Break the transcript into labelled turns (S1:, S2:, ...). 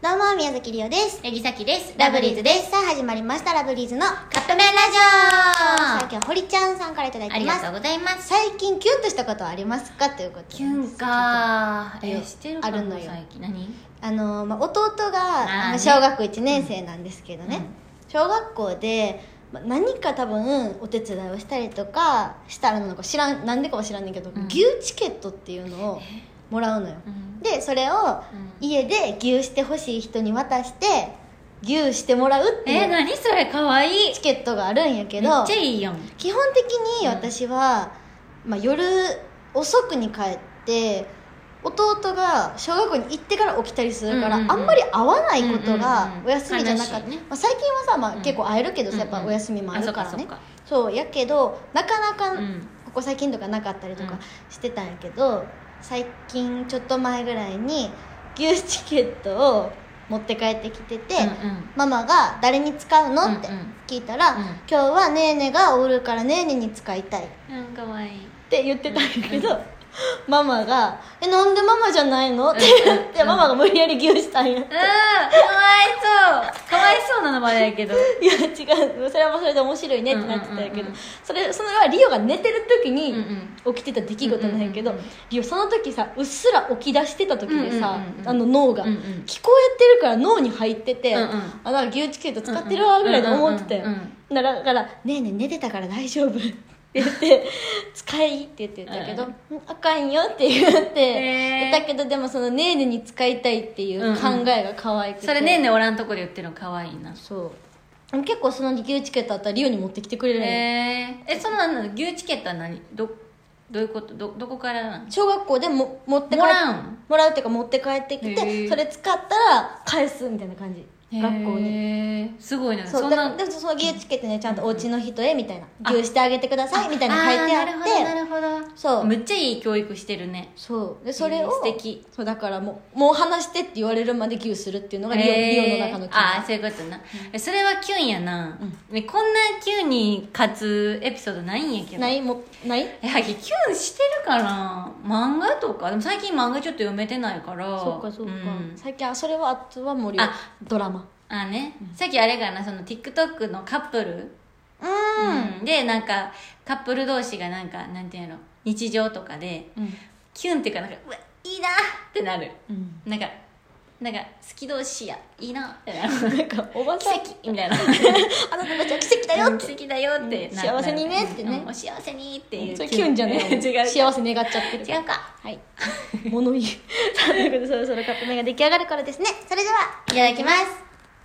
S1: どうも宮崎りおです
S2: ヤギサキです
S1: さあ始まりましたラブリーズの
S2: カップ麺ラ
S1: さあ
S2: ジ
S1: 今日は堀ちゃんさんからいただい
S2: オあ
S1: て
S2: り
S1: ま
S2: が
S1: す
S2: とうございます
S1: 最近キュンとしたことはありますかということ
S2: キュンか
S1: いや
S2: えしてるか
S1: ある
S2: な
S1: のよ
S2: 最近何
S1: あの、まあ、弟
S2: あー
S1: が
S2: ね
S1: 小学校1年生なんですけどね、
S2: うん
S1: 小学校でまあ何か多分お手伝いをしたりとかしたらなんか知らんなんでかは知らんねんけど、
S2: うん
S1: 牛チケットっていうのをもらうのよ
S2: うん
S1: でそれを家で牛してほしい人に渡して牛してもらうってい
S2: え
S1: う
S2: 何それかわいい
S1: チケットがあるんやけ
S2: めっ
S1: ど
S2: ちゃいいやん
S1: 基本的に私は、まあ、夜遅くに帰って弟が小学校に行ってから起きたりするから、
S2: うんうんうん
S1: あんまり会わないこと
S2: うん
S1: が
S2: うんうん
S1: お休みじゃなかった、
S2: 悲しいね
S1: まあ、最近はさ、まあ
S2: うん
S1: 結構会えるけどさやっ
S2: うん
S1: ぱ
S2: うん
S1: お休みもあるからね、
S2: あそっか
S1: そうやけどなかなか、
S2: そっかうん
S1: ここ最近とかなかったりと
S2: う
S1: か
S2: ん
S1: してたんやけど、最近ちょっと前ぐらいに牛チケットを持って帰ってきてて、
S2: うんうん
S1: ママが「誰に使うの?」って
S2: うんうん
S1: 聞いたら「
S2: うん
S1: 今日はネーネがおるからネーネに使いたい」っ
S2: うんかわいい
S1: て言ってたんやけど、
S2: う
S1: ママが「えなんでママじゃないの?」って言って、
S2: うん
S1: ママが無理やり牛したんや。
S2: うんかわいそうかわいそうなのまだやけど
S1: いや違うそれはそれで面白いねってなってたんやけど、
S2: うんうんうんうん
S1: それそれはリオが寝てる時に
S2: うんうん
S1: 起きてた出来事なんやけど、
S2: うんうんうん
S1: リオその時さうっすら起き出してた時でさ、
S2: うんうんうんうん
S1: あの脳が、
S2: うんうん
S1: 聞こえてるから脳に入ってて、
S2: うんうん
S1: あなんか牛チケット使ってるわぐらいで思ってたよ、
S2: うんうんうん
S1: だからだから「ねえねえ寝てたから大丈 夫」って言って「使い」って言ってたけど
S2: う
S1: 「
S2: ん
S1: うんあかんよ」って言って、
S2: へー
S1: だけどでもその「ねえねえに使いたい」っていう考えが可愛くて、
S2: それねえねえおらんとこで言ってるのかわいいな
S1: そうでも結構その牛チケットあったらリオに持ってきてくれるんよ
S2: えー、えそのあの牛チケットは何どどういうことどどこからなの
S1: 小学校でも持って帰っ
S2: もらうん
S1: もらうっていうか持って帰ってき
S2: へ
S1: て
S2: ー
S1: それ使ったら返すみたいな感じ学校に
S2: にすごいな
S1: そ
S2: そ
S1: うんだ
S2: な
S1: でもその牛チケットにはちゃんとお家の人へみたいな牛してあげてくださいみたいなの書いてあ
S2: ー
S1: っ
S2: な
S1: て
S2: るほどなるほど
S1: そう
S2: むっちゃいい教育してるね
S1: そうでそれを
S2: 素敵
S1: そうだからもうもう話してって言われるまで牛するっていうのがリオ,、
S2: へー
S1: リオの中のキュン
S2: ああそういうことな、えそれはキュンやな、ねこんなキュンに勝つエピソードないんやけど
S1: ないもない
S2: えはぎキュンしてるかな漫画とかでも最近漫画ちょっと読めてないから
S1: そうかそうか、
S2: ん
S1: 最近あそれはあとはもうリオ
S2: あ
S1: ドラマ
S2: あーね、さっきあれがなその TikTok のカップル
S1: うん
S2: うんでなんかカップル同士がなんかなんていうの日常とかで
S1: うん
S2: キュンっていうかなんかうわいいなってなる
S1: うん
S2: なんかなんか好き同士やいいなってなる
S1: なんかおば
S2: 奇
S1: さん
S2: 跡みたいな
S1: あなたたちは奇跡だよって
S2: 奇跡だよってな
S1: うん幸せにねってね
S2: うんお幸せにっていう
S1: それキュンじゃねえ
S2: 違う違
S1: 幸せ願っちゃってる
S2: うか
S1: はい 物言いさあということでそろそろカップ麺が出来上がるからですねそれではい
S2: ただきます